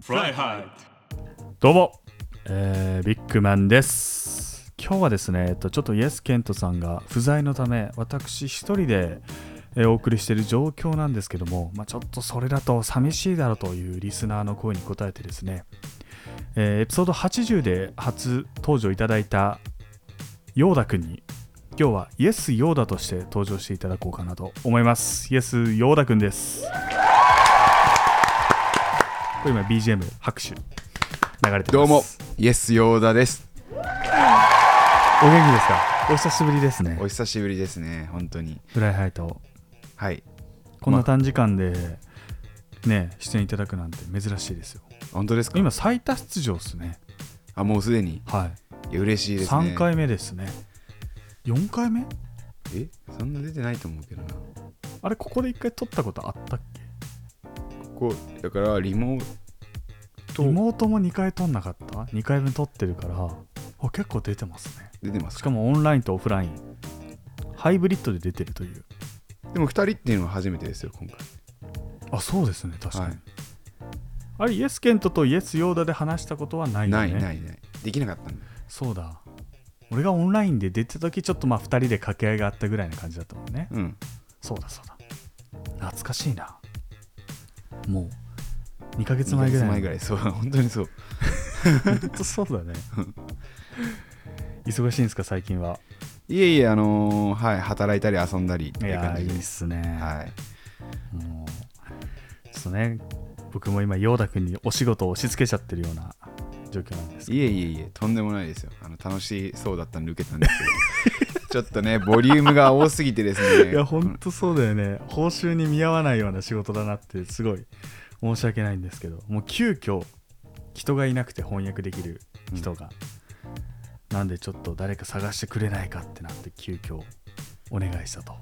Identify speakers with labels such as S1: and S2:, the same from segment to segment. S1: フライハ
S2: どうも、えービッグマンです。今日はですね、えっと、ちょっとイエス・ケントさんが不在のため、私一人で、えーお送りしている状況なんですけども、まあ、ちょっとそれだと寂しいだろうというリスナーの声に応えてですね、えーエピソード80で初登場いただいたヨーダくんに、今日はイエス・ヨーダとして登場していただこうかなと思います。イエス・ヨーダくんです。これ今 BGM 拍手流れてます
S3: どうも、イエス・ヨーダです。
S2: お元気ですかお久しぶりですね
S3: お。久しぶりですね、本当に。
S2: フライハイト。
S3: はい、
S2: こんな短時間で、ね、出演いただくなんて珍しいですよ。
S3: 本当ですか
S2: 今、最多出場ですね。
S3: あ、もうすでに。
S2: はい
S3: や嬉しい
S2: い。
S3: ですね。
S2: 3回目ですね。4回目
S3: え、そんな出てないと思うけどな。
S2: あれ、ここで1回撮ったことあったっけ
S3: ここ、だから、リモート
S2: 妹も2回撮んなかった ?2 回分撮ってるから、あ結構出てますね。
S3: 出てます
S2: し
S3: か
S2: かもオンラインとオフライン、ハイブリッドで出てるという。
S3: でも、2人っていうのは初めてですよ、今回。
S2: あ、そうですね、確かに。
S3: はい
S2: あれ、イエス・ケントとイエス・ヨーダで話したことはないよね。
S3: ない、ない、ない。できなかったんだ。
S2: そうだ俺がオンラインで出てた時ちょっとまあ2人で掛け合いがあったぐらいな感じだったもんね
S3: うん。
S2: そうだそうだ懐かしいなもう2ヶ月前ぐらい
S3: 二ヶ月前ぐらい。そう、本当にそう。
S2: ほんとそうだね忙しいんですか最近はい
S3: えいえ、あのーはい、働いたり遊んだりっ
S2: い
S3: ていう
S2: や
S3: 感
S2: ーい
S3: じ
S2: いっ
S3: です
S2: ね、
S3: はい。
S2: もうちょっとね僕も今ヨーダ君にお仕事を押し付けちゃってるような状況なんですけど
S3: いえいえいえ、とんでもないですよ。あの楽しそうだったんで受けたんです けど、ちょっとね、ボリュームが多すぎてですね。
S2: いやほんとそうだよね報酬に見合わないような仕事だなってすごい申し訳ないんですけどもう急遽人がいなくて翻訳できる人が、なんでちょっと誰か探してくれないかってなって急遽お願いしたと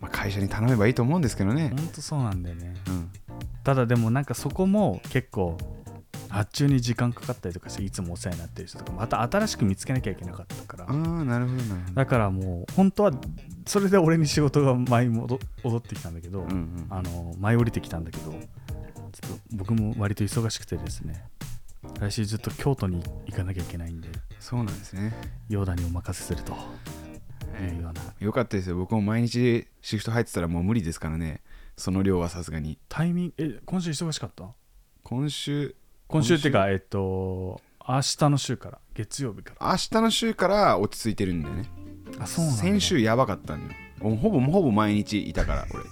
S3: まあ、会社に頼めばいいと思うんですけどね
S2: ほ。んとそうなんだよね
S3: うん、
S2: ただでもなんかそこも結構発注に時間かかったりとかしていつもお世話になってる人とかまた新しく見つけなきゃいけなかったから
S3: ああ、なるほどなるほど。
S2: だからもう本当はそれで俺に仕事が舞い戻戻ってきたんだけど、
S3: うんうん、
S2: あの舞い降りてきたんだけどちょっと僕も割と忙しくてですね来週ずっと京都に行かなきゃいけないんで
S3: そうなんですね、
S2: ヨーダにお任せするというような
S3: よかったですよ。僕も毎日シフト入ってたらもう無理ですからね。その量はさすがに。
S2: タイミングえ今週忙しかった
S3: 今週、
S2: 今週って
S3: 今
S2: かえっと明日の週から月曜日か
S3: 明日の週から落ち着いてるんだよね。
S2: らあそうなんだ
S3: 先週やばかったんだよ。もうほぼほぼ毎日いたから、俺。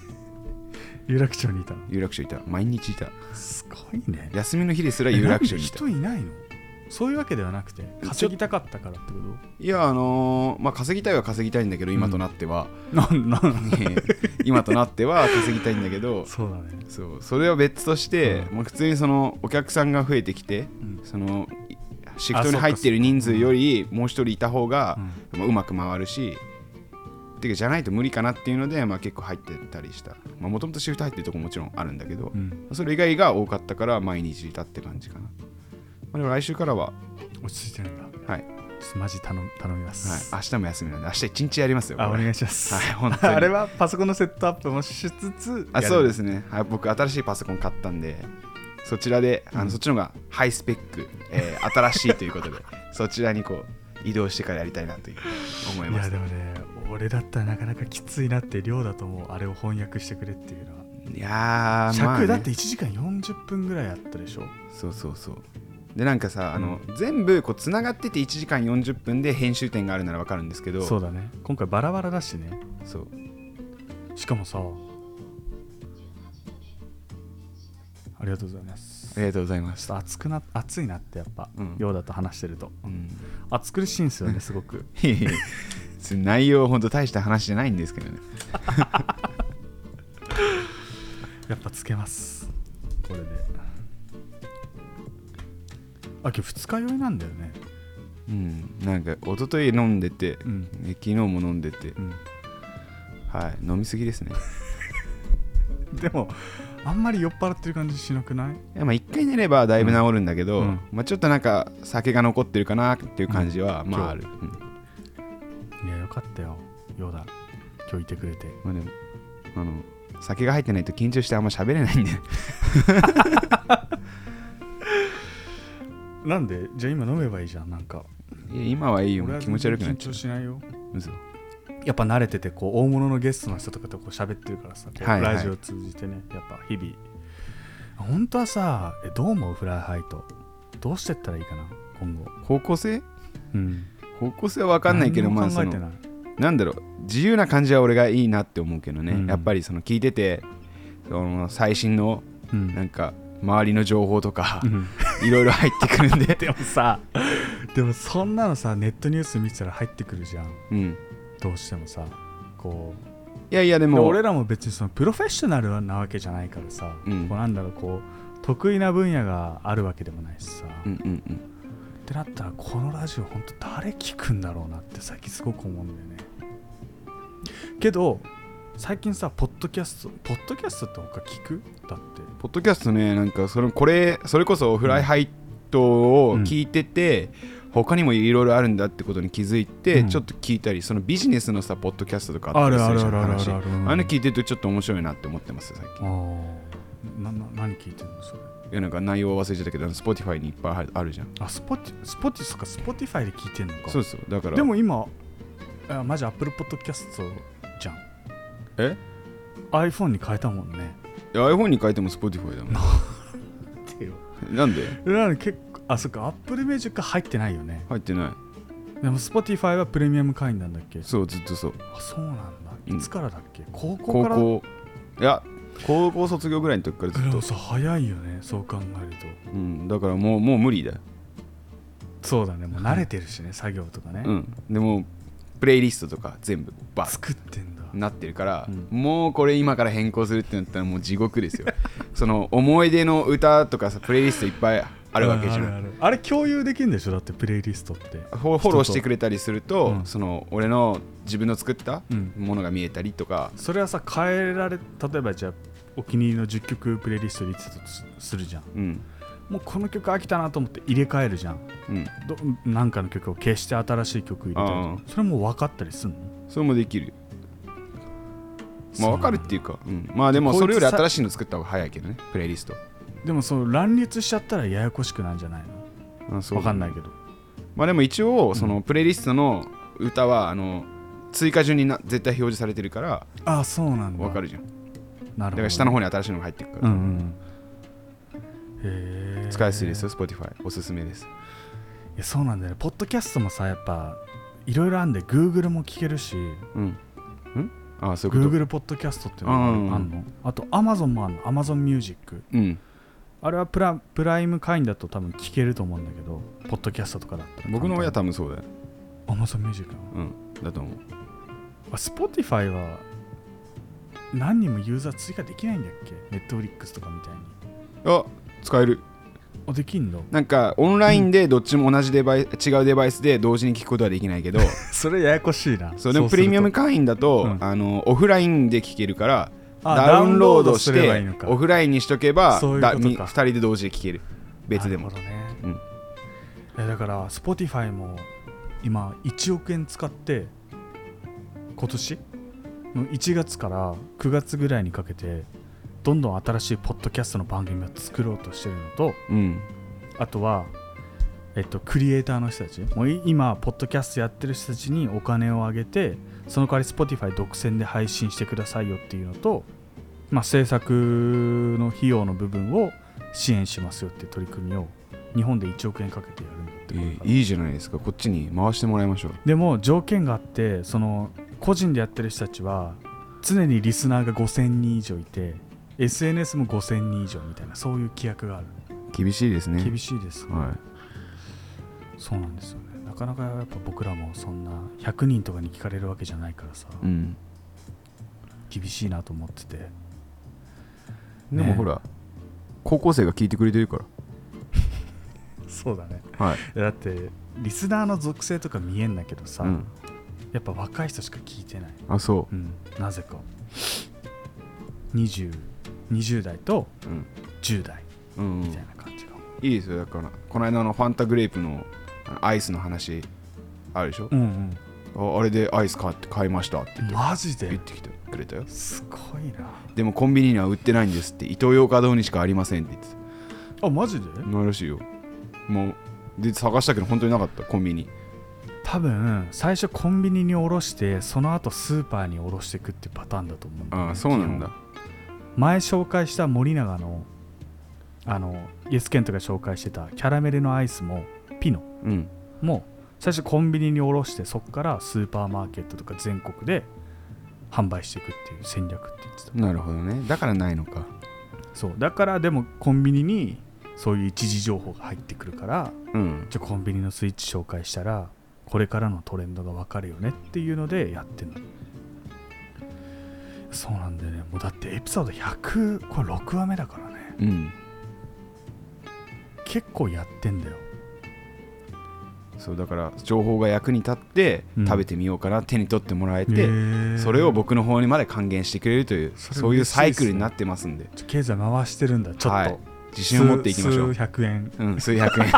S2: 有楽町にいたの
S3: 有楽町いた。毎日いた。
S2: すごいね
S3: 休みの日ですら有楽町 にいた。
S2: 人いないのそういうわけではなくて稼ぎたかったからってこと
S3: いや、あのーまあ、稼ぎたいは稼ぎたいんだけど、今となっては、
S2: なんなん
S3: 今となっては稼ぎたいんだけど、
S2: そうだね
S3: そうそれは別として、
S2: う
S3: もう普通にそのお客さんが増えてきて、
S2: ん
S3: そのいシフトに入ってる人数よりもう一人いた方がまあうまく回るし、てかじゃないと無理かなっていうので、まあ、結構入ってたりしたもともとシフト入ってるとこもちろんあるんだけど
S2: う、ん
S3: それ以外が多かったから毎日いたって感じかな、まあ、でも来週からは、
S2: 落ち着いてるんだちょ
S3: はいはい、
S2: っとマジ頼む頼みます、
S3: 明日も休みなんで明日一日やりますよ
S2: あお
S3: これ
S2: 願いします、
S3: はい本当に
S2: あれはパソコンのセットアップもしつつ
S3: あそうですすね、はい、僕新しいパソコン買ったんでそちらであの、そっちの方がハイスペック、えー新しいということで そちらにこう移動してからやりたいなという思い
S2: い
S3: ま
S2: や
S3: す
S2: でもね俺だったらなかなかきついなって量だと思うあれを翻訳してくれっていうのは、
S3: いやー
S2: 尺、
S3: まあね
S2: だって1時間40分ぐらいあったでしょ
S3: そうそうそうでなんかさあの、全部こうつながってて1時間40分で編集点があるならわかるんですけど
S2: そうだね今回バラバラだしね
S3: そう
S2: しかもさありがとうございます
S3: ありがとうござい
S2: ちょ
S3: ま
S2: っ
S3: す、
S2: と熱くな熱いなってやっぱ、
S3: うん
S2: ようだと話してると
S3: うん、
S2: 熱苦しいんですよねすごく
S3: いやいやそれ内容ほんと大した話じゃないんですけどね
S2: やっぱつけますこれであ今日二日酔いなんだよね
S3: うんなんか一昨日飲んでて、
S2: ん
S3: え昨日も飲んでて、
S2: うん
S3: はい飲みすぎですね
S2: でもあんまり酔っ払ってる感じしなくない
S3: いやまあ1回寝ればだいぶ治るんだけど、
S2: うん
S3: まあ、ちょっとなんか酒が残ってるかなっていう感じはまあある、うん
S2: いやよかったよヨダ今日いてくれて
S3: まあ、でもあの酒が入ってないと緊張してあんま喋れないんで
S2: なんでじゃあ今飲めばいいじゃんなんか
S3: いや今はいいよ
S2: 俺は
S3: 気持ち悪くなっちゃ
S2: 緊張しないよ
S3: う嘘
S2: やっぱ慣れててこう大物のゲストの人とかとこう喋ってるからさ、こう
S3: はいはい
S2: ラジオを通じてねやっぱ日々本当はさえどう思うフライハイとどうしてったらいいかな今後
S3: 方向性
S2: うん
S3: 方向性は分かんないけど
S2: 何
S3: まあ
S2: にも
S3: そ
S2: 考えて
S3: の
S2: ない
S3: なんだろう自由な感じは俺がいいなって思うけどね、
S2: うん
S3: やっぱりその聞いててその最新の
S2: うん
S3: なんか周りの情報とか
S2: うん
S3: いろいろ入ってくるんで
S2: でもさでもそんなのさネットニュース見てたら入ってくるじゃん
S3: うん
S2: どうしてもさこう
S3: いやいやで
S2: で
S3: も
S2: 俺らも別にそのプロフェッショナルなわけじゃないからさ、
S3: うん
S2: こうなんだろうこう得意な分野があるわけでもないしさ、
S3: う
S2: っ
S3: んうんうん
S2: てなったらこのラジオ本当誰聞くんだろうなって最近すごく思うんだよねけど最近さポッドキャストポッドキャストって他聞くだって
S3: ポッドキャストねなんかそれこれそれこそフライハイトを聞いてて、他にもいろいろあるんだってことに気づいて、
S2: うん
S3: ちょっと聞いたりそのビジネスのさポッドキャストとかったりするじ
S2: あるある
S3: ゃん
S2: あるある
S3: 話
S2: あるうん
S3: あいうの聞いてるとちょっと面白いなって思ってます最
S2: あ
S3: 近
S2: あなな何聞いてるのそれ
S3: いやなんか内容忘れちゃったけど Spotify にいっぱいあるあるじゃん
S2: あスポティスポティそっかスポティファイで聞いてんのか
S3: そうそうだから
S2: でも今あマジアップルポッドキャストじゃん
S3: え
S2: iPhone に変えたもんね
S3: いや iPhone に書いても Spotify だも
S2: ってよ
S3: んなんで
S2: なんで結構あそっか Apple Music 入ってないよね
S3: 入ってない
S2: でも Spotify はプレミアム会員なんだっけ
S3: そうずっとそう
S2: あそうなんだ
S3: うん
S2: いつからだっけ、高校
S3: 高
S2: から
S3: 校いや高校卒業ぐらいの時からずっ
S2: でも
S3: と、
S2: さ早いよねそう考えると
S3: うん、だからもうもう無理だよ、
S2: そうだねもう慣れてるしね、作業とかね、
S3: うん、でもプレイリストとか全部バッ
S2: 作ってんだ
S3: なってるから、
S2: うん
S3: もうこれ今から変更するってなったらもう地獄ですよ その思い出の歌とかさプレイリストいっぱいあるわけじゃ
S2: うんあ
S3: ん
S2: るあるあれ共有できるんでしょだってプレイリストって
S3: フォフォローしてくれたりすると、
S2: うん
S3: その俺の自分の作った
S2: うん
S3: ものが見えたりとか、
S2: それはさ変えられ例えばじゃあお気に入りの10曲プレイリストに入れてたとすするじゃん
S3: うん
S2: もうこの曲飽きたなと思って入れ替えるじゃん
S3: うん、
S2: どなんかの曲を消して新しい曲入れたりとかそれも分かったりすんの
S3: それもできる
S2: そ
S3: まあ
S2: う
S3: 分かるっていうか、うん、まあでも
S2: こいつ
S3: それより
S2: さ
S3: 新しいの作った方が早いけどねプレイリスト
S2: でもその乱立しちゃったらややこしくなんじゃないの
S3: あそう
S2: 分かんないけど
S3: まあでも一応そのプレイリストの歌はあの追加順にな絶対表示されてるから
S2: ああそうなんだ
S3: 分かるじゃんだ
S2: なるほど
S3: から下の方に新しいのが入ってるか
S2: う
S3: ら、
S2: んうんへえ
S3: 使いやすいですよ Spotify おすすめです
S2: いやそうなんだよねポッドキャストもさやっぱいろいろあんで Google も聞けるし
S3: うんんああそういうこと
S2: Google ポッドキャストっていうのがある
S3: うんうん
S2: あんのあと Amazon もあんの Amazon Music
S3: うん
S2: あれはプラプライム会員だと多分聞けると思うんだけどポッドキャストとかだったら
S3: 僕の親
S2: と
S3: 多分そうだよ
S2: Amazon Music なの
S3: うんだと思う
S2: あ Spotify は何人もユーザー追加できないんだっけ Netflix とかみたいに
S3: あ使える
S2: あできん の
S3: なんかオンラインでどっちも同じデバイス、違うデバイスで同時に聞くことはできない けど
S2: それややこしいな
S3: そうでもプレミアム会員だと、
S2: うん
S3: あのオフラインで聞けるから
S2: あ
S3: ダウンロードし
S2: ダウンロードすればい
S3: て
S2: いのか
S3: オフラインにしとけば
S2: そういうこと
S3: だ
S2: か
S3: み二人で同時で聴ける別でも、
S2: なるほどね、
S3: うん
S2: いやだから Spotify も今1億円使って今年の1月から9月ぐらいにかけてどんどん新しいポッドキャストの番組を作ろうとしてるのと
S3: うん、
S2: あとは、えっと、クリエイターの人たちもうい今ポッドキャストやってる人たちにお金をあげてその代わり Spotify 独占で配信してくださいよっていうのと、まあ、制作の費用の部分を支援しますよっていう取り組みを日本で1億円かけてやるんだってこ
S3: え
S2: れから
S3: ーいいじゃないですかこっちに回してもらいましょう
S2: でも条件があってその個人でやってる人たちは常にリスナーが5000人以上いて SNS も5000人以上みたいなそういう規約がある
S3: 厳しいですね
S2: 厳しいですね、
S3: は
S2: そうなんですよねなかなかやっぱ僕らもそんな100人とかに聞かれるわけじゃないからさ、
S3: い、うん、
S2: 厳しいなと思ってて
S3: でも
S2: ね
S3: ほら、高校生が聞いてくれてるか
S2: そうだね
S3: らはい、
S2: だってリスナーの属性とか見えんだけどさ、
S3: うん、
S2: やっぱ若い人しか聞いてない、
S3: あそ
S2: うん、なぜか 20, 20代と
S3: う、うん
S2: 10代
S3: うんうん
S2: みたいな感じが、
S3: いいですよだからこの間のファンタグレープのあのアイスの話あるでしょ、
S2: うんうん
S3: ああれでアイス買って買いましたって
S2: マジ
S3: 言
S2: で
S3: ってきてくれたよ
S2: すごいな
S3: でもコンビニには売ってないんですってイトーヨーカドーにしかありませんって言ってた
S2: あマジで
S3: うまいらしいよもうで探したけど本当になかったコンビニ
S2: 多分最初コンビニにおろしてその後スーパーにおろしていくっていうパターンだと思うんだよね
S3: ああそうなんだ
S2: 前紹介した森永のあのイエスケントが紹介してたキャラメルのアイスもピノ
S3: うん
S2: も最初コンビニに卸してそこからスーパーマーケットとか全国で販売していくっていう戦略って言ってた
S3: なるほどねだからないのか
S2: そうだからでもコンビニにそういう一時情報が入ってくるから
S3: うん
S2: じゃあコンビニのスイッチ紹介したらこれからのトレンドが分かるよねっていうのでやってんのそうなんだよねもうだってエピソード100これ6話目だからね
S3: うん
S2: 結構やってんだよ
S3: そうだから情報が役に立って
S2: うん
S3: 食べてみようかな、手に取ってもらえ
S2: へ
S3: て
S2: ー
S3: それを僕の方にまで還元してくれるという
S2: それ
S3: そういう
S2: 嬉しいっすね
S3: サイクルになってますんで
S2: ちょ経済回してるんだちょっと、
S3: はい自信を持っていきましょ
S2: 数
S3: う
S2: 数百円
S3: うん数百 円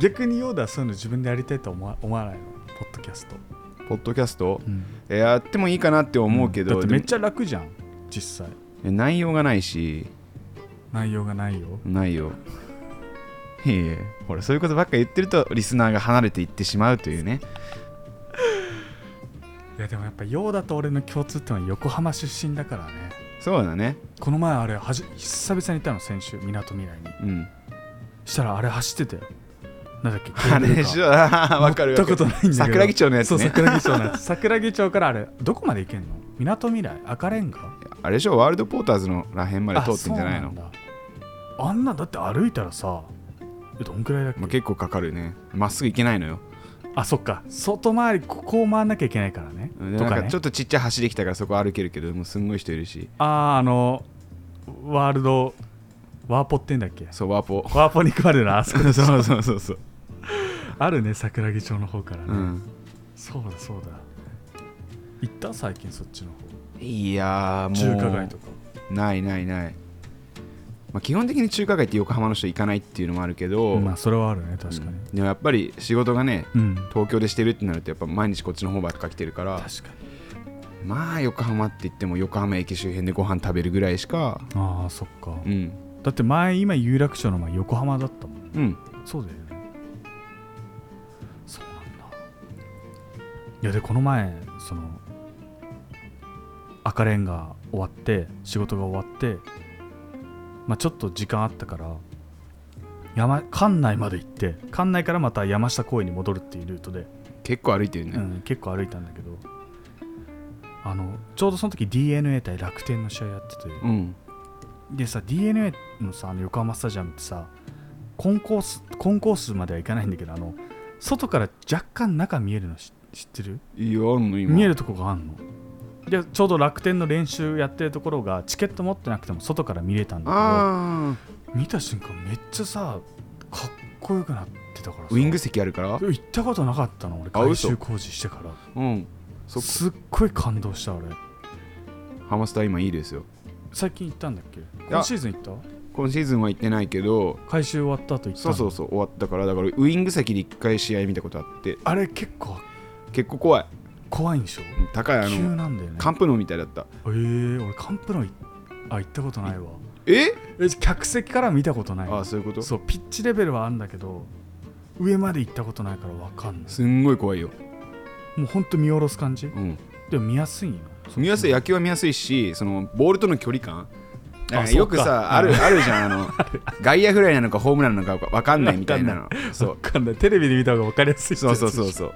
S2: 逆にヨーダはそういうの自分でやりたいと思わ思わないのポッドキャスト、
S3: ポッドキャストえやってもいいかなって思うけ
S2: だ
S3: ど、
S2: ってめっちゃ楽じゃん実際
S3: でも内容がないし
S2: 内容がないよ
S3: ないよいえいえほらそういうことばっか言ってるとリスナーが離れていってしまうというね
S2: いやでもやっぱヨーダと俺の共通点は横浜出身だからね
S3: そうだね
S2: この前あれはじ久々に行ったの先週みなとみらいに
S3: うん
S2: したらあれ走ってたよなんだっけ
S3: あれでしょ わかる
S2: 乗
S3: わ
S2: ったことないんだけど
S3: 桜木町のやつ
S2: そう
S3: ね
S2: 桜木町のやつ桜木町からあれどこまで行けんのみなとみらい赤レンガ
S3: あれでしょワールドポーターズのらへんまで
S2: あ
S3: 通ってんじゃないの
S2: そうなんだあんなだって歩いたらさえどんくらいだっけ、
S3: まあ、結構かかるねまっすぐ行けないのよ
S2: あそっか外回りここを回んなきゃいけないからね
S3: で
S2: と
S3: なん
S2: か
S3: か
S2: ね
S3: ちょっとちっちゃい橋できたからそこ歩けるけどもうすんごい人いるし
S2: あああのワールドワーポってんだっけ
S3: そうワーポ
S2: ワーポに配るなあ そこ
S3: そうそうそうそうそう、
S2: あるね桜木町の方からね、
S3: うん、
S2: そうだそうだ行った最近そっちの方
S3: いやーも
S2: 中
S3: う
S2: 華街とか
S3: ないないない、まあ、基本的に中華街って横浜の人行かないっていうのもあるけど、
S2: まあそれはあるね確かに
S3: うんでもやっぱり仕事がね
S2: うん、
S3: 東京でしてるってなるとやっぱ毎日こっちの方ばっか来てるから
S2: 確かに
S3: まあ横浜って言っても横浜駅周辺でご飯食べるぐらいしか
S2: ああそっか、
S3: うん
S2: だって前今有楽町の前横浜だったもん
S3: うん
S2: そうだよねそうなんだいやでこの前その赤レンガ終わって仕事が終わってまあちょっと時間あったから山館内まで行って館内からまた山下公園に戻るっていうルートで、
S3: 結構歩いてるね、
S2: うん、結構歩いたんだけどあのちょうどその時 d n a 対楽天の試合やってて、
S3: うん
S2: でさ d n a のさあの横浜スタジアムってさコンコースコンコースまではいかないんだけどあの外から若干中見えるの知知ってる
S3: いやあんの今
S2: 見えるとこがあんのでちょうど楽天の練習やってるところがチケット持ってなくても外から見れたんだ
S3: ああ
S2: けど見た瞬間めっちゃさかっこよくなってたからさ
S3: ウィング席あるから
S2: 行ったことなかったの俺
S3: あ
S2: 改
S3: 嘘
S2: 修工事してから
S3: うんそっか
S2: すっごい感動した俺
S3: ハマスター今いいですよ
S2: 最近行ったんだっけ今シーズン行った
S3: 今シーズンは行ってないけど
S2: 改修終わった後行った
S3: そうそう
S2: う
S3: そう終わったからだからウィング席で一回試合見たことあって
S2: あれ結構
S3: 結構怖い
S2: 怖いんでしょ
S3: 高いあ
S2: 急
S3: の
S2: なんだよね
S3: カンプノみたいだった
S2: えー、俺カンプノいあ行ったことないわ
S3: え
S2: え客席から見たことない
S3: ああそういうこと
S2: そうピッチレベルはあるんだけど上まで行ったことないから分かんない
S3: すんごい怖いよ
S2: もうほんと見下ろす感じ
S3: うん
S2: でも見やすいよ
S3: 見やすい野球は見やすいしそのボールとの距離感なんか
S2: そうか
S3: よくさあ
S2: う
S3: るあるじゃんあの外野フライなのかホームランなのか分かんないみたいなのそ
S2: 分
S3: う
S2: かんないテレビで見た方が分かりやすい
S3: そうそうそう
S2: う
S3: そう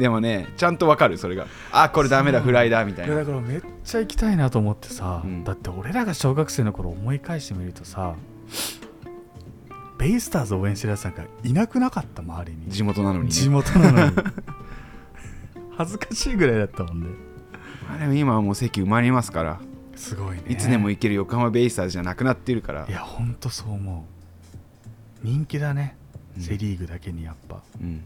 S3: でもねちゃんと分かるそれがあこれダメだフライだみたい
S2: や
S3: な
S2: だからめっちゃ行きたいなと思ってさ、
S3: うん
S2: だって俺らが小学生の頃思い返してみるとさベイスターズ応援してるやつなんかいなくなかった周りに
S3: 地元なのに、
S2: 地
S3: ね、
S2: 元な のに恥ずかしいぐらいだったもんね
S3: あれも今はもう席埋まりますから
S2: すごいね
S3: いつでも行ける横浜ベイスターズじゃなくなってるから
S2: い、やほんとそう思う人気だね、
S3: うん
S2: セ・リーグだけにやっぱ
S3: うん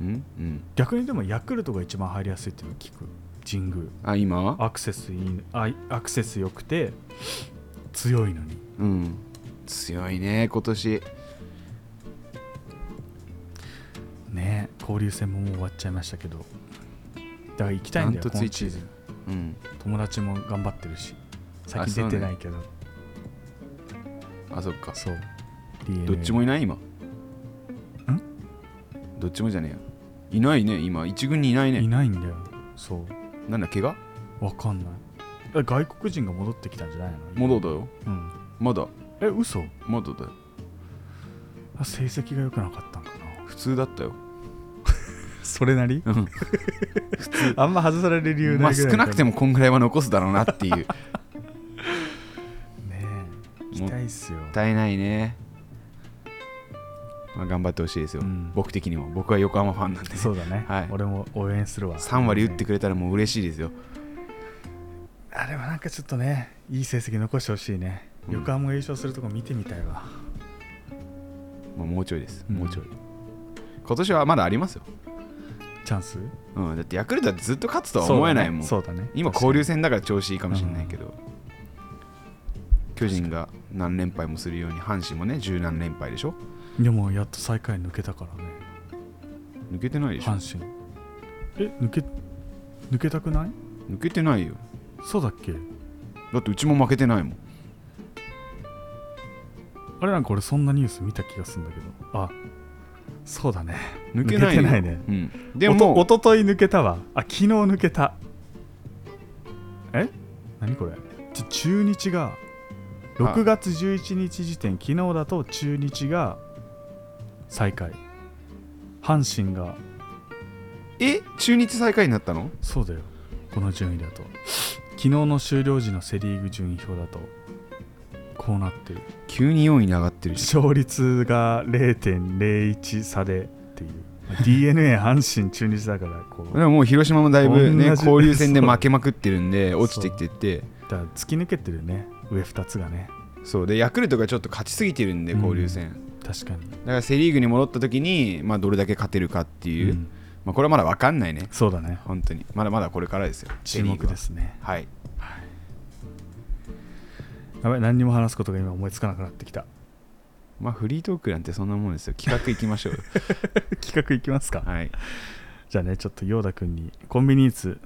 S3: うんうん、
S2: 逆にでもヤクルトが一番入りやすいっていうの聞く神宮
S3: あ今は
S2: アクセスいいあアクセス良くて強いのに
S3: うん強いね今年
S2: ね交流戦ももう終わっちゃいましたけどだから行きたいんだよ
S3: ダントツ
S2: 今
S3: 一
S2: シ
S3: 位
S2: ーズン
S3: うん
S2: 友達も頑張ってるし最近出てないけど、
S3: ああそっか
S2: そう DNA
S3: どっちもいない今んどっちもじゃねえやいないね今一軍にいない
S2: い
S3: ね
S2: ないんだよそう
S3: なんだ怪我
S2: わかんないえ外国人が戻ってきたんじゃないの今
S3: 戻だよ
S2: うん
S3: まだ
S2: え嘘
S3: まだだよ
S2: あ成績が良くなかった んかな
S3: 普通だったよ
S2: それなり
S3: うん
S2: あんま外される理由
S3: ま
S2: な
S3: あ
S2: いぐ
S3: 少
S2: らい
S3: なくて
S2: も
S3: もこんぐらいは残すだろうなっていう もっ
S2: ねえ期
S3: もっ
S2: 待っすよ
S3: たいないねまあ頑張ってほしいですよ、
S2: うん
S3: 僕的にも僕は横浜ファンなんでね、
S2: そうだね、
S3: はい
S2: 俺も応援するわ
S3: 3割打ってくれたらもう嬉しいですよ
S2: あれはなんかちょっとねいい成績残してほしいね、
S3: うん
S2: 横浜が優勝するとこ見てみたいわ
S3: もうもうちょいです、
S2: うん
S3: もうちょい今年はまだありますよ、
S2: チャンス
S3: うん、だってヤクルトだってずっと勝つとは思えないもん、
S2: そうだねそうだね
S3: 今交流戦だから調子いいかもしれないけど、巨人が何連敗もするように阪神もね十何連敗でしょ
S2: でもやっと最下位抜けたからね
S3: 抜けてないでしょ
S2: 阪神え抜け抜けたくない
S3: 抜けてないよ
S2: そうだっけ
S3: だってうちも負けてないもん
S2: あれなんか俺そんなニュース見た気がするんだけどあそうだね
S3: 抜けないよ
S2: 抜けてないね
S3: うん、
S2: で
S3: で
S2: もお
S3: も
S2: とおととい抜けたわあ昨日抜けたえ何これちょ中日が6月11日時点昨日だと中日が最下位阪神が
S3: え中日最下位になったの
S2: そうだよこの順位だと昨日の終了時のセ・リーグ順位表だとこうなってる
S3: 急に4位に上がってるし
S2: 勝率が0.01差でっていう d n a 阪神中日だからこう
S3: でももう広島もだいぶね
S2: 同じ
S3: 交流戦で負けまくってるんで落ちてきてて
S2: だから突き抜けてるよね上2つがね
S3: そうでヤクルトがちょっと勝ちすぎてるんで
S2: うん
S3: 交流戦、
S2: 確かに
S3: だからセ・リーグに戻った時に、まあ、どれだけ勝てるかっていう、
S2: うん
S3: まあ、これはまだ分かんないね
S2: そうだね
S3: 本当にまだまだこれからですよセ
S2: 注
S3: リー
S2: 目
S3: グは
S2: ですね
S3: はい
S2: やばい何にも話すことが今思いつかなくなってきた
S3: まあフリートークなんてそんなもんですよ企画いきましょ うよ
S2: 企画いきますか
S3: はい
S2: じゃあねちょっと陽太くんにコンビニーツ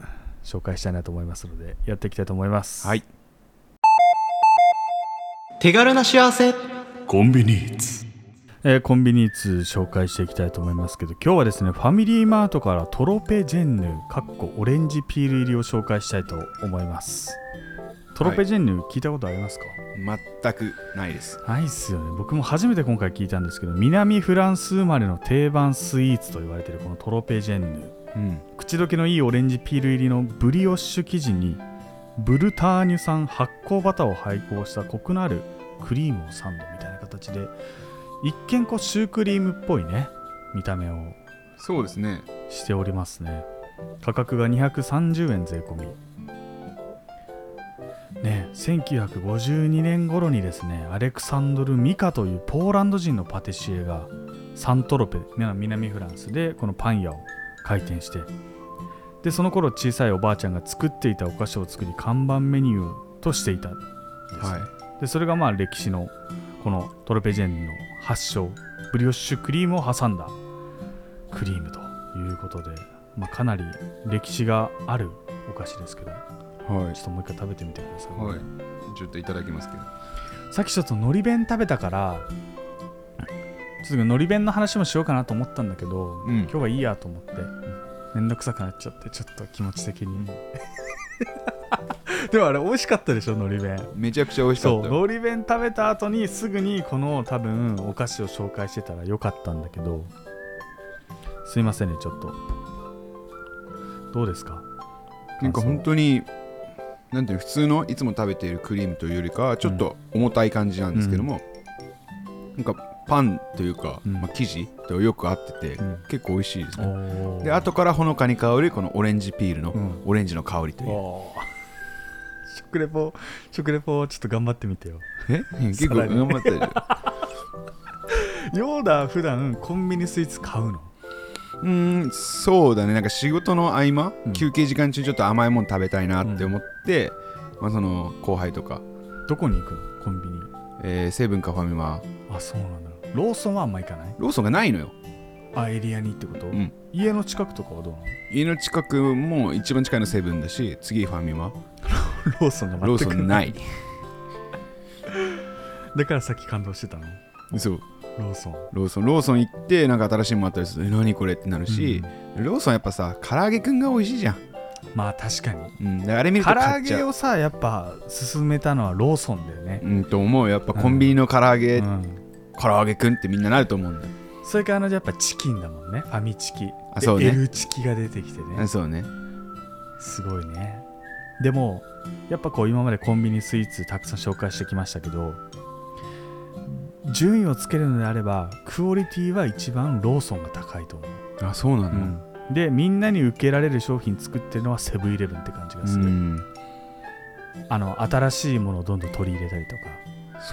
S2: 紹介したいなと思いますのでやっていきたいと思います
S3: はい
S1: 手軽な幸せ
S4: コンビニーツ
S2: えーコンビニーツ紹介していきたいと思いますけど今日はですねファミリーマートからトロペジェンヌかっこオレンジピール入りを紹介したいと思いますトロペジェンヌ聞いたことありますか、
S3: 全くないです
S2: ないっすよね僕も初めて今回聞いたんですけど南フランス生まれの定番スイーツと言われているこのトロペジェンヌ
S3: うん
S2: 口どけのいいオレンジピール入りのブリオッシュ生地にブルターニュ産発酵バターを配合したコクのあるクリームをサンドみたいな形で一見こうシュークリームっぽいね見た目を
S3: そうですね
S2: しておりますね価格が230円税込みね1952年頃にですねアレクサンドル・ミカというポーランド人のパティシエがサントロペな南フランスでこのパン屋を開店してでその頃小さいおばあちゃんが作っていたお菓子を作り看板メニューとしていたんですね、
S3: はい
S2: でそれがまあ歴史のこのトロペジェンヌの発祥ブリオッシュクリームを挟んだクリームということで、まあ、かなり歴史があるお菓子ですけどちょ
S3: は
S2: っともう一回食べてみてください、
S3: いはいちょっといただきますけど
S2: さっきちょっと海苔弁食べたからちょっと海苔弁の話もしようかなと思ったんだけど、
S3: ん
S2: 今日はいいやと思ってめんどくさくなっちゃってちょっと気持ち的に でもあれ美味しかったでしょ海苔弁
S3: めちゃくちゃ美味しか
S2: そ
S3: っ
S2: う
S3: た
S2: のり弁食べた後にすぐにこの多分お菓子を紹介してたらよかったんだけどすいませんねちょっとどうですか
S3: なんか本当になんていうの普通のいつも食べているクリームというよりかはちょっと重たい感じなんですけども、なんかパンというか、
S2: うん
S3: まあ、生地とよく合って
S2: う
S3: て、
S2: ん
S3: 結構美味しいですね
S2: おー
S3: で後からほのかに香るこのオレンジピールの、
S2: うん
S3: オレンジの香りという
S2: おー食レポ食レポちょっと頑張ってみてよ
S3: え結構
S2: さらに
S3: 頑張った でしょ
S2: ヨーダは普段コンビニスイーツ買うの
S3: うーんそうだねなんか仕事の合間、
S2: うん
S3: 休憩時間中ちょっと甘いもの食べたいなって思って、まあ、その後輩とか、
S2: どこに行くのコンビニ
S3: えーセブンかファミマ
S2: あそうなんだローソンはあんま行かない
S3: ローソンがないのよ
S2: あエリアにってこと、
S3: ん
S2: 家の近くとかはどうなの
S3: 家の近くも一番近いのセブンだし次ファミマ
S2: ローソンが
S3: ロ
S2: 全
S3: ーソ
S2: く
S3: ンない
S2: だからさっき感動してたの
S3: そう
S2: ローソン
S3: ローソンローソン行ってなんか新しいものあったりするとえ何これってなるし、ローソンやっぱさ唐揚げくんが美味しいじゃん、
S2: まあ確かに
S3: うん、だからあれ見る
S2: 唐
S3: と
S2: 揚
S3: 買っち
S2: げ
S3: ゃう
S2: をさやっぱ勧めたのはローソンだよね、
S3: うんと思うよやっぱコンビニの唐揚げ、
S2: うん、
S3: 唐揚げくんってみんななると思うんだよ
S2: それからあのやっぱチキンだもんねファミチキ
S3: あそうね
S2: で L チキが出てきてね
S3: あそうね
S2: すごいねでもやっぱこう今までコンビニスイーツたくさん紹介してきましたけど順位をつけるのであればクオリティは一番ローソンが高いと思う、
S3: あそうなの、
S2: でみんなに受けられる商品作ってるのはセブンイレブンって感じがす
S3: う
S2: る、
S3: ん
S2: あの新しいものをどんどん取り入れたりとか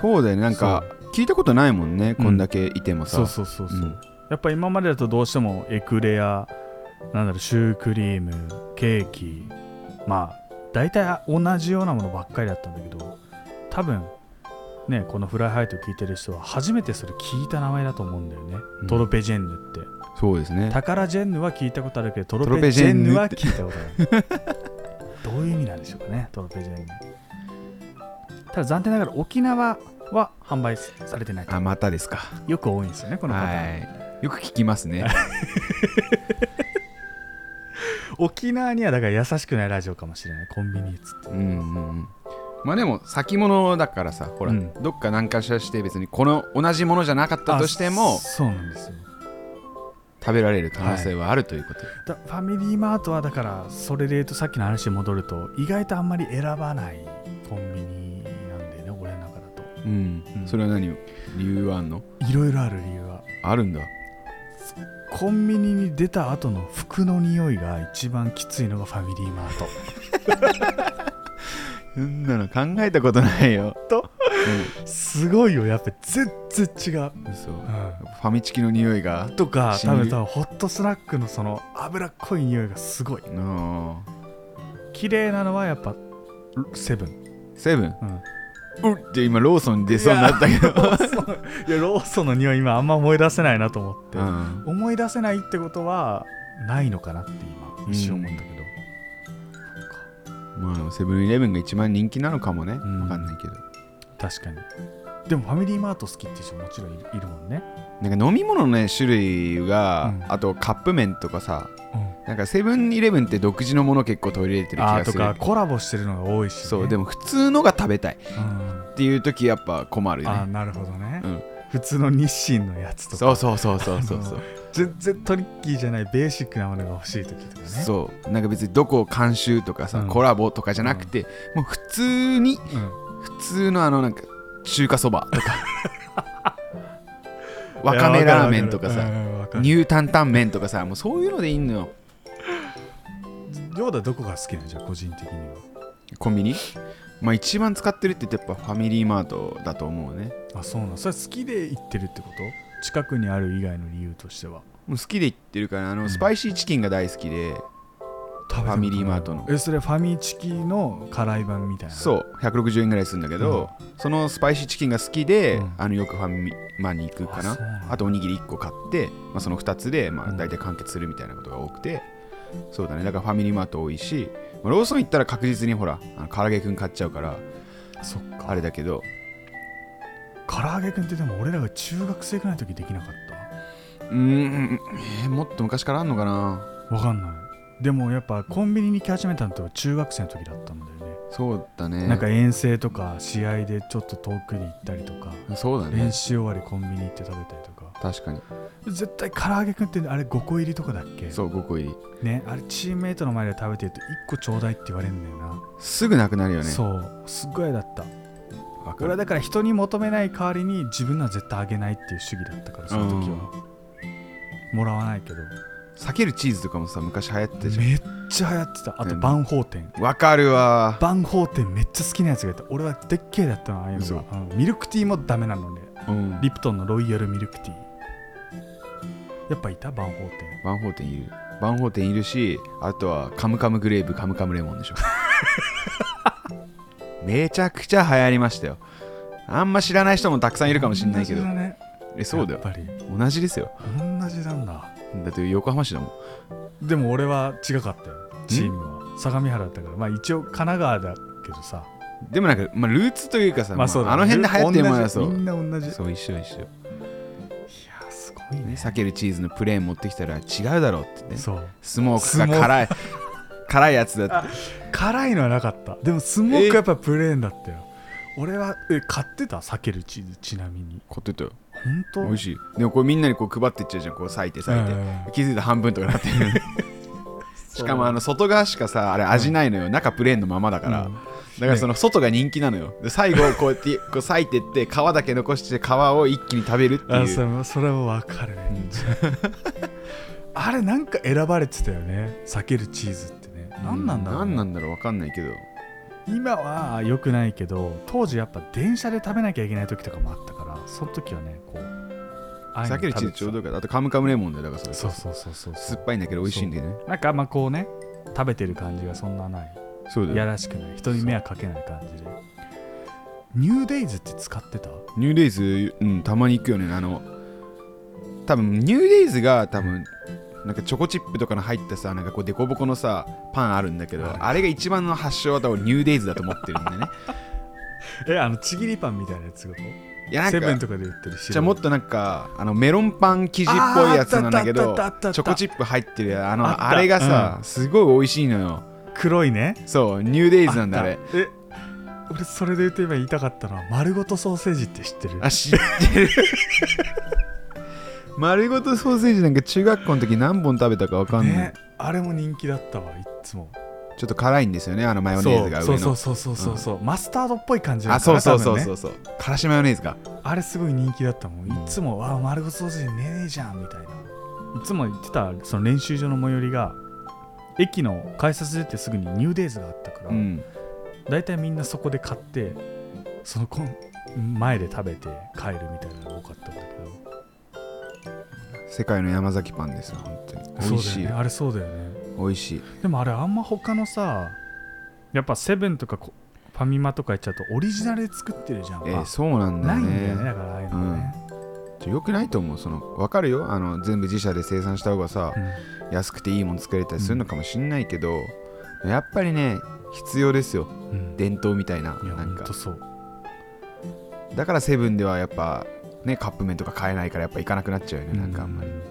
S3: そうだよねなんか聞いたことないもんね、
S2: うん
S3: こんだけいてもさ
S2: そうそうそうそう、
S3: うん
S2: やっぱ今までだとどうしてもエクレアなんだろうシュークリームケーキまあ大体同じようなものばっかりだったんだけど多分ねこの「フライハイト」聞いてる人は初めてそれ聞いた名前だと思うんだよね、
S3: うん
S2: トロペジェンヌって
S3: そうですね
S2: タカラジェンヌは聞いたことあるけどト
S3: ロ
S2: ロペ
S3: ペ
S2: ジ
S3: ジ
S2: ェ
S3: ェ
S2: ン
S3: ン
S2: ヌ
S3: ヌ
S2: は
S3: っ
S2: 聞いたこと ないどういう意味なんでしょうかねトロペジェンヌただ残念ながら沖縄は販売されてないと
S3: あまたですか
S2: よく多いんですよねこのパターン、
S3: はいよく聞きますね
S2: 沖縄にはだから優しくないラジオかもしれないコンビニっつって
S3: うんうんうんまあでも先物だからさほら、
S2: うん
S3: どっか何かしらして別にこの同じものじゃなかったとして
S2: あ
S3: も
S2: そうなんですよ
S3: 食べられる可能性はあるということ、
S2: だファミリーマートはだからそれで言うとさっきの話に戻ると意外とあんまり選ばないコンビニなんだよね俺の中だと
S3: うん
S2: うん
S3: それは何理由はあんの
S2: いろいろある理由は
S3: あるんだ
S2: コンビニに出た後の服の匂いが一番きついのがファミリーマート
S3: そんなの考えたことないよ
S2: と、すごいよやっぱ全然違う、
S3: うん、嘘
S2: うん、
S3: ファミチキの匂いが
S2: とか
S3: 染
S2: 多
S3: み
S2: 分
S3: る
S2: 多分ホットスナックのその脂っこい匂いがすごい
S3: うん
S2: 綺麗なのはやっぱセブン、
S3: セブン
S2: うん、
S3: うって今ローソンに出そうになったけど
S2: ローソンいやローソンの匂い今あんま思い出せないなと思って、
S3: うん
S2: 思い出せないってことはないのかなって今一瞬思ったけど、
S3: まあでもセブンイレブンが一番人気なのかもね、わ
S2: ん
S3: かんないけど
S2: 確かにでもファミリーマート好きっていう人ももちろんいるいるもんね、
S3: なんか飲み物のね種類が、
S2: うん
S3: あとカップ麺とかさ
S2: うん、
S3: なんかセブンイレブンって独自のもの結構取り入れてる気
S2: あー
S3: が
S2: と
S3: す
S2: か
S3: る
S2: コラボしてるのが多いし、ね、
S3: そうで
S2: も、
S3: も普通のが食べたい
S2: うん、あ
S3: っていう時やっぱ困るよ
S2: ー
S3: ね
S2: なるほどね、
S3: うん
S2: 普通の日清のやつとか
S3: そうそうそうそうそうそう
S2: 全然トリッキーじゃないベーシックなものが欲しい時とかね
S3: そうなんか別にどこを監修とかさ、
S2: うん
S3: コラボとかじゃなくて、もう普通に
S2: う、ん、
S3: 普通のあのなんか中華そばとか わかめラーメンとか
S2: いやわ
S3: さ
S2: るわかるうんわかる
S3: 牛タンタン麺とかさもうそういうのでいいのよ
S2: りょうだどこが好きなんじゃ個人的には
S3: コンビニまあ一番使ってるって言ってやっぱファミリーマートだと思うね
S2: あそうなんそれ好きで行ってるってこと近くにある以外の理由としては
S3: もう好きで行ってるからあ
S2: う
S3: の
S2: ん
S3: スパイシーチキンが大好きで、
S2: フ
S3: ファミリーマートの
S2: えそれファミチキの辛い版みたいな
S3: そう160円ぐらいするんだけど、そのスパイシーチキンが好きで、
S2: うん
S3: あのよくファミマに行くか
S2: あそうなん
S3: な
S2: だ
S3: あとおにぎり1個買って、まあ、その2つで、ま
S2: う
S3: あ、
S2: ん
S3: 大体完結するみたいなことが多くて、そうだねだからファミリーマート多いし、まあローソン行ったら確実にほらあの唐揚げくん買っちゃうから
S2: そっか
S3: あれだけど
S2: 唐揚げくんってでも俺らが中学生ぐらいの時できなかっ
S3: うーん、えーもっと昔からあんのかな
S2: たわかんないでもやっぱコンビニに来始めたのと中学生の時だったんだよね、
S3: そうだね
S2: なんか遠征とか試合でちょっと遠くに行ったりとか、
S3: そうだね
S2: 練習終わりコンビニ行って食べたりとか
S3: 確かに
S2: 絶対唐揚げくんってあれ5個入りとかだっけ
S3: そう5個入り
S2: ねあれチームメイトの前で食べてると1個ちょうだいって言われるんだよな
S3: すぐなくなるよね
S2: そうすっごいだった
S3: わか
S2: 俺は
S3: る
S2: だから人に求めない代わりに自分のは絶対あげないっていう主義だったからその時は、もらわないけど
S3: 避けるチーズとかもさ昔流行ってたじ
S2: めっちゃ流行ってたあと
S3: うん
S2: 万宝店
S3: ゃんわかるわ
S2: 万宝店めっちゃ好きなやつがいた俺はでっけえだったのああいうのが、うんミルクティーもダメなのね
S3: うん
S2: リプトンのロイヤルミルクティーやっぱいた万宝店
S3: 万宝店いる万宝店いるしあとはカムカムグレープカムカムレモンでしょ めちゃくちゃ流行りましたよあんま知らない人もたくさんいるかもしれないけど
S2: 同じだね
S3: えそうだよ
S2: やっぱり
S3: 同じですよ
S2: 同じなんだ
S3: だって横浜市だもん
S2: でも俺は違かったよチームは相模原だったからまあ一応神奈川だけどさ
S3: でもなんか、まあ、ルーツというかさ、
S2: ま
S3: ま
S2: あ
S3: あ
S2: そうだね
S3: あの辺で流行ってるものは
S2: 同じ
S3: そう
S2: みんな同じ
S3: そう一緒一緒、
S2: すごい
S3: ね、避けるチーズのプレーン持ってきたら違うだろうってね
S2: そう
S3: スモーク
S2: スモー
S3: が
S2: ク
S3: 辛い 辛いやつだって
S2: 辛いのはなかったでもスモークやっぱプレーンだったよ俺はえ買ってた避けるチーズちなみに
S3: 買ってたよ
S2: 本当
S3: 美味
S2: い
S3: しいでもこれみんなにこう配ってっちゃうじゃんこう裂いて裂いて、
S2: うん
S3: 気づいたら半分とかなってるしかもあの外側しかさあれ味ないのよ、中プレーンのままだから、
S2: うん
S3: だからその外が人気なのよで最後こうやってこう裂いてって皮だけ残して皮を一気に食べるって
S2: あ
S3: い
S2: そうれそれもわかるね、 あれなんか選ばれてたよね避けるチーズってね何なんだろうね、
S3: 何なんだろう分かんないけど
S2: 今は良くないけど当時やっぱ電車で食べなきゃいけない時とかもあったからその時はねこうああいうの
S3: 避けるチーズちょうど
S2: 食べて
S3: よかったあとカムカムレモンだよだからそ
S2: た
S3: れ
S2: そうそうそうそう
S3: 酸っぱいんだけど美味しいんだよね
S2: なんかあんまこうね食べてる感じがそんなない
S3: そうだ
S2: や
S3: よ
S2: らしくない人に迷惑かけない感じでニューデイズって使ってた
S3: ニューデイズ、うん、たまに行くよねあの多分ニューデイズが多分なんかチョコチップとかの入ったさなんかこうデコボコのさパンあるんだけどあれが一番の発祥は多分ニューデイズだと思ってるんだよね
S2: えあのちぎりパンみたいなやつが
S3: いやなん
S2: セブ
S3: か
S2: ンとかで売ってるし
S3: じゃあもっとなんかあのメロンパン生地っぽいやつなんだけ
S2: あーあ
S3: ど
S2: ったあったあったあった
S3: チョコチップ入ってるあ
S2: あっ
S3: の
S2: た
S3: あれがさ、
S2: う
S3: すごい美味しいのよ
S2: 黒いね
S3: そうニューデイズなんだあれ
S2: ったえ俺それで言って今言いたかったのは丸ごとソーセージって知ってる
S3: あ知ってる 丸ごとソーセージなんか中学校の時何本食べたかわかんない、
S2: ねあれも人気だったわいっつも
S3: ちょっと辛いんですよねあのマヨネーズが上
S2: そ
S3: の
S2: うそうそうそうそうそう、マスタードっぽい感じだ
S3: あ
S2: った
S3: そう
S2: な
S3: そうそう
S2: 多
S3: そ
S2: 分
S3: う
S2: ね
S3: そうからしマヨネーズが
S2: あれすごい人気だったもんいっつも「わあ丸ごとソーセージねえじゃん」みたいないつも言ってたその練習場の最寄りが駅の改札出てすぐにニューデイズがあったから、
S3: うん
S2: 大体みんなそこで買ってそのこん前で食べて帰るみたいなのが多かったんだけど
S3: 世界の山崎パンですよ本当に美味
S2: そう
S3: し
S2: だ
S3: い、
S2: よねあれそうだよね
S3: 美味しい
S2: でもあれあんま他のさやっぱセブンとかこファミマとか行っちゃうとオリジナルで作ってるじゃん、
S3: えー
S2: あ
S3: そうなんだ
S2: な
S3: よ
S2: いんだ
S3: ね
S2: よねだからああいうのね、
S3: ちょよくないと思うその分かるよあの全部自社で生産した方がさ、安くていいもの作れたりするのかもしんないけど、やっぱりね必要ですよ
S2: うんうん
S3: 伝統みたいない
S2: や
S3: なん
S2: ほん
S3: か
S2: とそう
S3: だからセブンではやっぱねカップ麺とか買えないからやっぱ行かなくなっちゃうよねなんかあんまり、
S2: うん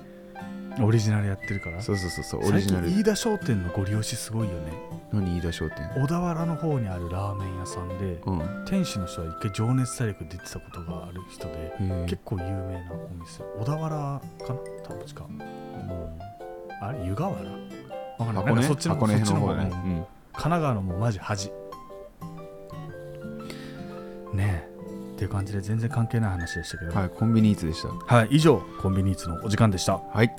S2: オリジナルやってるから
S3: そうそうそうそうオリ
S2: 最
S3: ジナル
S2: 近飯田商店のご利用しすごいよね
S3: 何飯田商店
S2: 小田原の方にあるラーメン屋さんで
S3: うんへ
S2: 店主の人は一回「情熱大陸」出てたことがある人で
S3: え
S2: 結構有名なお店小田原かな多分しか、うんあれ湯河原わかんない
S3: 箱
S2: なんか
S3: 根
S2: そっちの
S3: 箱根
S2: そっち
S3: 辺
S2: の方
S3: の方だね
S2: うん
S3: うん
S2: 神奈川のもうマジ端ねえっていう感じで全然関係ない話でしたけど
S3: はい、コンビニーツでした。
S2: はい、以上コンビニーツのお時間でした
S3: はい。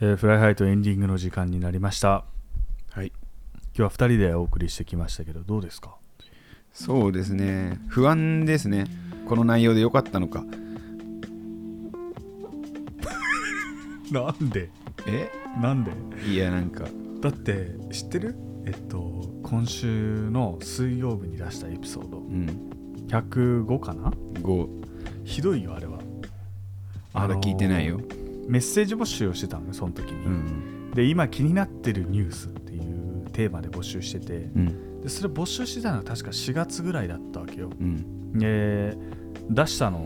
S2: えーフライハイとエンディングの時間になりました
S3: は
S2: 今
S3: い
S2: 日は2人でお送りしてきましたけどどうですか
S3: そうですね。不安ですね。この内容で良かったのか。
S2: なんで
S3: え
S2: なんで
S3: いや、なんか。
S2: だって知ってるえっと今週の水曜日に出したエピソード
S3: うん。
S2: 105かな
S3: 5。
S2: ひどいよあれは
S3: まだ聞いてないよ。
S2: メッセージ募集をしてたのよその時に、
S3: うん。
S2: で今気になってるニュースっていうテーマで募集してて
S3: うん。
S2: でそれ募集してたのが確か4月ぐらいだったわけよ
S3: うん。
S2: で出したの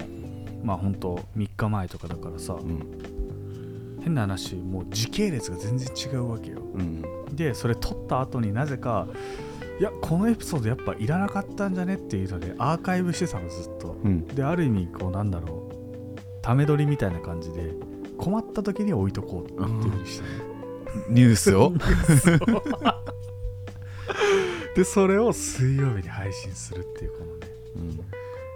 S2: まあほんと3日前とかだからさ、
S3: うん。
S2: 変な話もう時系列が全然違うわけよ
S3: うん。
S2: でそれ撮った後になぜかいやこのエピソードやっぱいらなかったんじゃねっていうのでアーカイブしてたのずっと
S3: うん。
S2: である意味こうなんだろうため撮りみたいな感じで困った時に置いとこうっていうふうにして
S3: ニュースを
S2: でそれを水曜日に配信するっていうこのね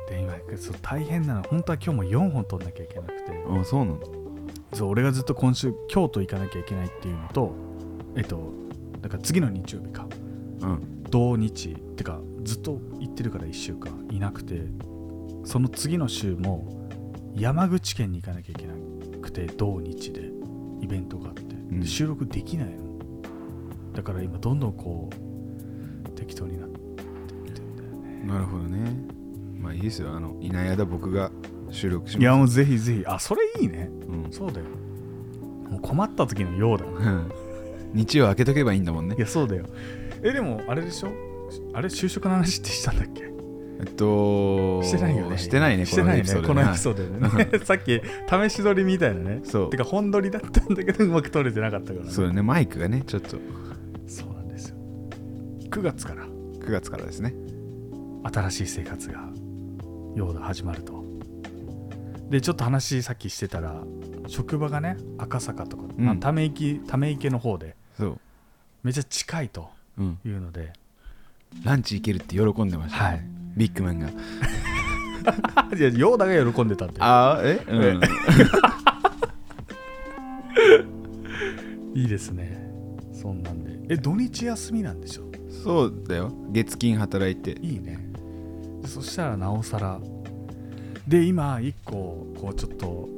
S2: で今そう大変なの本当は今日も4本撮んなきゃいけなくて
S3: うん。あ、そうなの
S2: そう俺がずっと今週京都行かなきゃいけないっていうのとえっとだから次の日曜日か
S3: うん。
S2: 同日ってかずっと行ってるから1週間いなくてその次の週も山口県に行かなきゃいけなくて同日でイベントがあって、で
S3: うん
S2: 収録できないのだから今どんどんこう適当になってってんだよね
S3: なるほどね。まあいいですよ、あの、いない間僕が収録し
S2: いや
S3: ま
S2: もうぜひぜひあそれいいね
S3: す。うん
S2: そうだよもう困った時のようだな
S3: うん 日曜開けとけばいいんだもんね
S2: い。やそうだよえでもあれでしょあれ就職の話ってしたんだっけ
S3: えっと、
S2: してないよね
S3: してないね、
S2: してないね
S3: このエピソー
S2: こ
S3: ド
S2: のエピソードで ねさっき試し撮りみたいなね
S3: そう
S2: てか本撮りだったんだけどうまく撮れてなかったからね
S3: そうだね、マイクがね、ちょっと
S2: そうなんですよ9月から
S3: 9月からですね。
S2: 新しい生活がようだ始まるとでちょっと話さっきしてたら職場がね赤坂とか、
S3: うん
S2: まあ、ため池ため池の方で
S3: そう。
S2: めちゃ近いと
S3: うん、
S2: いうので
S3: ランチ行けるって喜んでました、
S2: はい
S3: ビッグマンが。
S2: いやヨーダが喜んでたって
S3: ああ、え、うん、
S2: いいですねそんなんでえ土日休みなんでしょ
S3: そうだよ。月金働いて。
S2: いいねでそしたらなおさらで今一個こうちょっと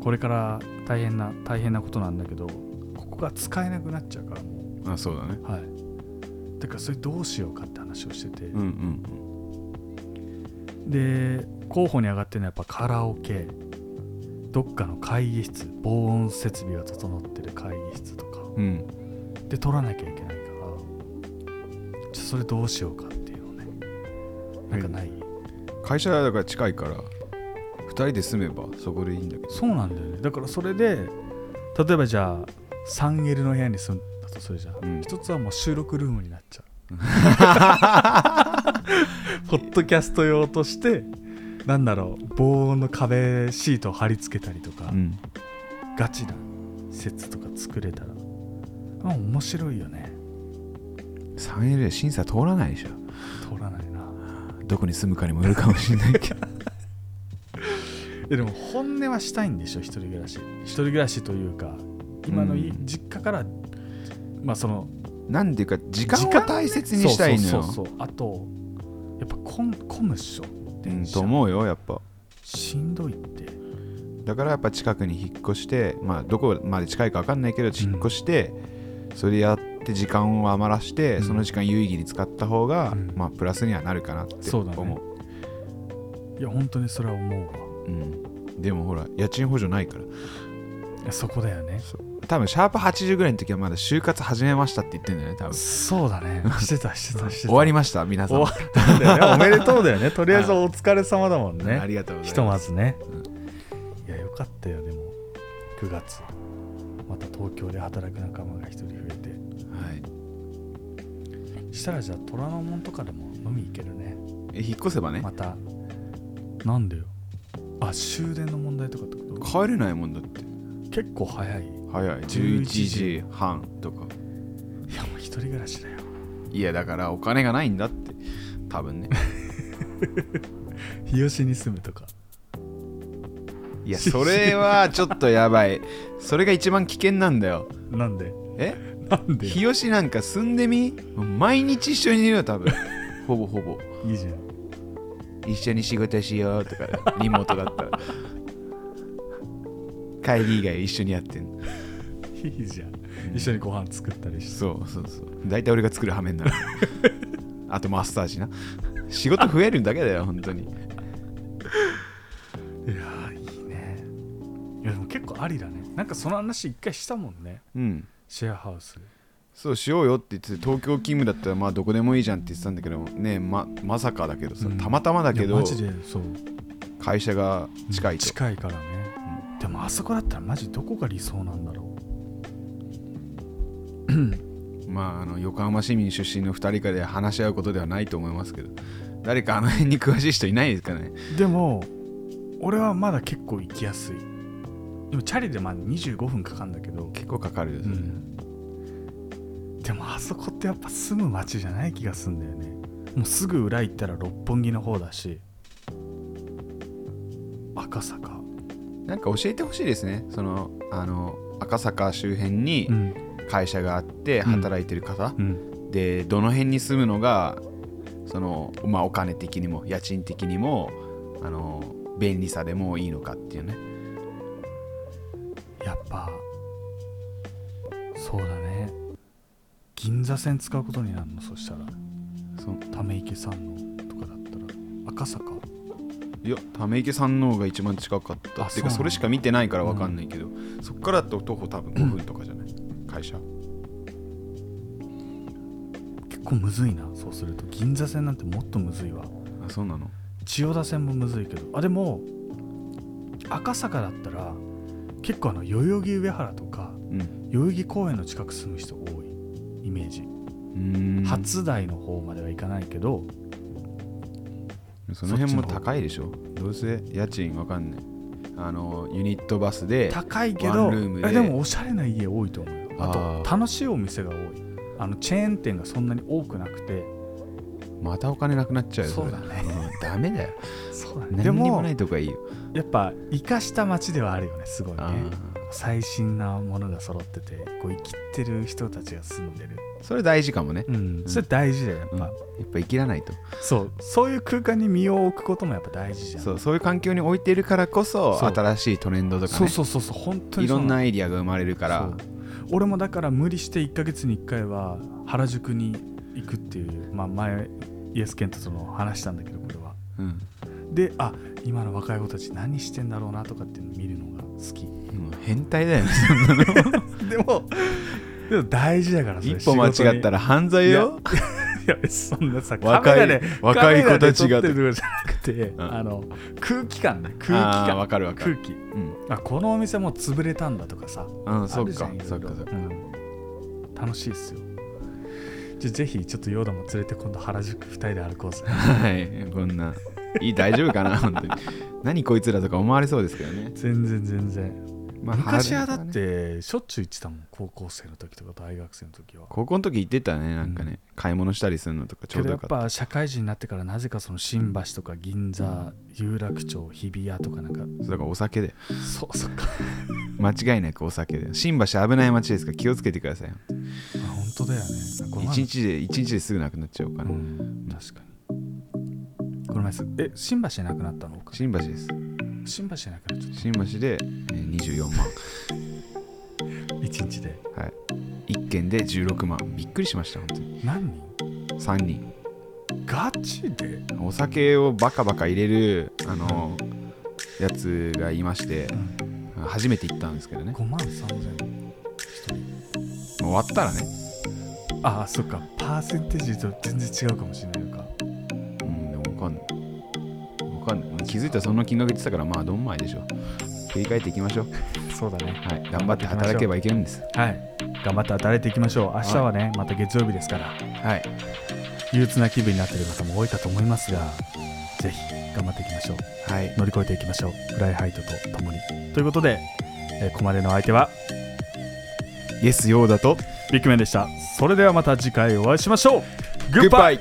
S2: これから大変な大変なことなんだけどここが使えなくなっちゃうからもう
S3: あそうだね。
S2: はい、だからそれどうしようかって話をしてて、
S3: うんうん
S2: で候補に上がってるのはやっぱカラオケどっかの会議室防音設備が整ってる会議室とか
S3: うん。うん。
S2: で取らなきゃいけないからちょそれどうしようかっていうのねなんかない
S3: 会社だから近いから、2人で住めばそこでいいんだけど。
S2: そうなんだよねだからそれで例えばじゃあ 3L の部屋に住んだとするじゃん、
S3: うん
S2: 一つはもう収録ルームになっ ちゃうポッドキャスト用としてなんだろう防音の壁シートを貼り付けたりとか、
S3: うん。
S2: ガチな施設とか作れたらあ面白いよね
S3: 3L 審査通らないでしょ。
S2: 通らないな
S3: どこに住むかにもよるかもしれない けど。
S2: えでも本音はしたいんでしょ一人暮らし一人暮らしというか今のい
S3: うん
S2: 実家から、まあその
S3: なんていうか、時間を大切にしたいのよ。
S2: そうそうそうそうあとやっぱ混混むっしょ
S3: うん
S2: 電車
S3: と思うよ、やっぱ。
S2: しんどいって
S3: だからやっぱ近くに引っ越して、まあ、どこまで近いか分かんないけど引っ越して、それやって時間を余らして、
S2: うん
S3: その時間有意義に使った方が、
S2: うん
S3: まあ、プラスにはなるかなって
S2: そう
S3: 思う
S2: だねいや本当にそれは思うわ
S3: うん、でもほら家賃補助ないから
S2: いやそこだよね
S3: 多分シャープ80ぐらいの時はまだ就活始めましたって言ってんだよね多分
S2: そうだねしてたしてたしてた
S3: 終わりました皆さん、
S2: 終わったんだよねおめでとうだよねとりあえずお疲れ様だもん
S3: あ
S2: ね
S3: りがとうござ
S2: ひ
S3: い
S2: と
S3: ま
S2: ますずねいやよかったよでも9月また東京で働く仲間が一人増え
S3: はい
S2: てしたらじゃあ虎ノ門とかでも飲み行けるね
S3: え引っ越せばね、
S2: またなんでよあ終電の問題とかってこと
S3: 帰れないもんだって
S2: 結構早いい
S3: 早い
S2: 11
S3: 11
S2: 時
S3: 時半とか
S2: やもう一人暮らしだよ
S3: いやだからお金がないんだって多分ね
S2: 日吉に住むとか
S3: いやそれはちょっとやばいそれが一番危険なんだよ
S2: なんで
S3: え
S2: なんでい
S3: 日吉なんか住んでみ毎日一緒にいるよ多分 ほぼほぼ
S2: いじゃん
S3: 一緒に仕事しようとかリモートだったら会議以外一緒にやってんの
S2: いいじゃん一緒にご飯作ったりして
S3: そうそうそう大体俺が作る羽目に なるあとマッサージな仕事増えるだけだよ本当に
S2: いやーいいねいやでも結構ありだねなんかその話一回したもんね
S3: うん
S2: シェアハウス
S3: そうしようよって言って東京勤務だったらまあどこでもいいじゃんって言ってたんだけどねままさかだけどさ、
S2: うん
S3: たまたまだけ
S2: い
S3: ど
S2: やマジでそう
S3: 会社が近いと、
S2: 近いからね、でもあそこだったらマジどこが理想なんだろ
S3: まあ、あの横浜市民出身の2人からで話し合うことではないと思いますけど誰かあの辺に詳しい人いないですかね
S2: うでも俺はまだ結構行きやすいでもチャリでまあ25分かかるんだけど
S3: 結構かかるですね、
S2: でもあそこってやっぱ住む街じゃない気がすんだよねもうすぐ裏行ったら六本木の方だし赤坂
S3: なんか教えてほしいですねそのあの赤坂周辺に
S2: ん
S3: 会社があって
S2: うん
S3: 働いてる方、
S2: うん
S3: でどの辺に住むのがその、まあ、お金的にも家賃的にもあの便利さでもいいのかっていうね
S2: やっぱそうだね銀座線使うことになるのそしたら
S3: そう
S2: ため池さんのとかだったら赤坂
S3: いやため池山王が一番近かった
S2: あ
S3: って
S2: そうな
S3: いうか
S2: んだ
S3: それしか見てないから分かんないけど、そっからだと徒歩多分5分とかじゃない、会社
S2: 結構むずいなそうすると銀座線なんてもっとむずいわ
S3: あそうなの
S2: 千代田線もむずいけどあでも赤坂だったら結構あの代々木上原とか
S3: うん
S2: 代々木公園の近く住む人多いイメージ、
S3: うん
S2: 初台の方までは行かないけど
S3: その辺も高いでしょどうせ家賃分かんないあのユニットバスで
S2: 高いけ
S3: ワ
S2: ど
S3: ンルームで
S2: えでもおしゃれな家多いと思うよあ
S3: あ
S2: と
S3: ー
S2: 楽しいお店が多いあのチェーン店がそんなに多くなくて
S3: またお金なくなっちゃうよれ
S2: そうだね
S3: うんダメだよ
S2: そうだねで
S3: 何にも
S2: も
S3: ないとこがいいよ
S2: やっぱ生かした街ではあるよねすごい
S3: あ
S2: ね
S3: ー
S2: 最新なものが揃っててこう生きてる人たちが住んでる
S3: それ大事かもね、
S2: うんそれ大事だよやっぱ、
S3: うんやっぱ生きらないと
S2: そうそういう空間に身を置くこともやっぱ大事じゃん
S3: そうそういう環境に置いてるからこそ
S2: そう
S3: 新しいトレンドとかね
S2: そうそうそうそう本当に
S3: い
S2: そう
S3: ろんな
S2: の
S3: アイディアが生まれるから
S2: そう俺もだから無理して1ヶ月に1回は原宿に行くっていう、まあ、前イエスケントとの話したんだけどこれは
S3: うん
S2: であ今の若い子たち何してんだろうなとかっていうのを見るのが好 き
S3: もう変態だよね
S2: でもでも大事だからそれ
S3: 一歩間違ったら犯罪よ
S2: いやそんなさ
S3: 若い
S2: カメラで
S3: 若い子たちが
S2: カメラで撮ってるとかじゃなくて、
S3: ん
S2: あの空気感ね空気
S3: あー
S2: 感
S3: わかるわかる
S2: 空気
S3: うん
S2: あこのお店もう潰れたんだとかさ
S3: あ
S2: あ
S3: そっ
S2: るじゃ
S3: か
S2: んいろいろ
S3: そっかそっか
S2: うん楽しいっすよじゃあぜひちょっとヨーダも連れて今度原宿2人で歩こうぜ
S3: はいこんないい大丈夫 かな本当に何こいつらとか思われそうですけどね、
S2: 全然全然
S3: まあ
S2: 昔はだ
S3: 春
S2: っ
S3: ね
S2: てしょっちゅう行ってたもん高校生の時とか大学生の時は
S3: 高校の時行ってたねなんかね、買い物したりするのとかちょ
S2: け
S3: う
S2: どや
S3: どよ
S2: っ
S3: かった
S2: ぱ社会人になってからなぜかその新橋とか銀座有楽町日比谷とかなんか
S3: そうだからお酒で
S2: そうそっか
S3: 間違いなくお酒で新橋危ない街ですから気をつけてください
S2: あ本当だよねこの前
S3: 一日で一日ですぐなくなっちゃうか
S2: う
S3: ら、
S2: ん確かにこの前すえ新橋でなくなったのか
S3: 新橋です
S2: 新橋でなくなっちゃっ
S3: 新橋で、えー24万
S2: た1日で
S3: はい1軒で16万びっくりしました本当に
S2: 何人
S3: 3人
S2: ガチで
S3: お酒をバカバカ入れるあのやつがいまして初めて行ったんですけどね
S2: 5万3000人
S3: 終わったらね、
S2: ああそっかパーセンテージと全然違うかもしれないのか
S3: うん、でもわかんないわかんない気づいたらその金額言ってたからまあどんまいでしょ切り替えていきましょう
S2: そうだね
S3: はい頑張って働けばいけるんです
S2: はい頑張って働いていきましょう明日はねまた月曜日ですから
S3: はい
S2: 憂鬱な気分になっている方も多いかと思いますがぜひ頑張っていきましょう
S3: はい
S2: 乗り越えていきましょうフライハイトとともにということで、えーここまでのお相手は
S3: イエスヨーダと
S2: ビッグメンでしたそれではまた次回お会いしましょうグ
S3: グ
S2: ッ
S3: ッ
S2: バ
S3: バ
S2: イ
S3: イ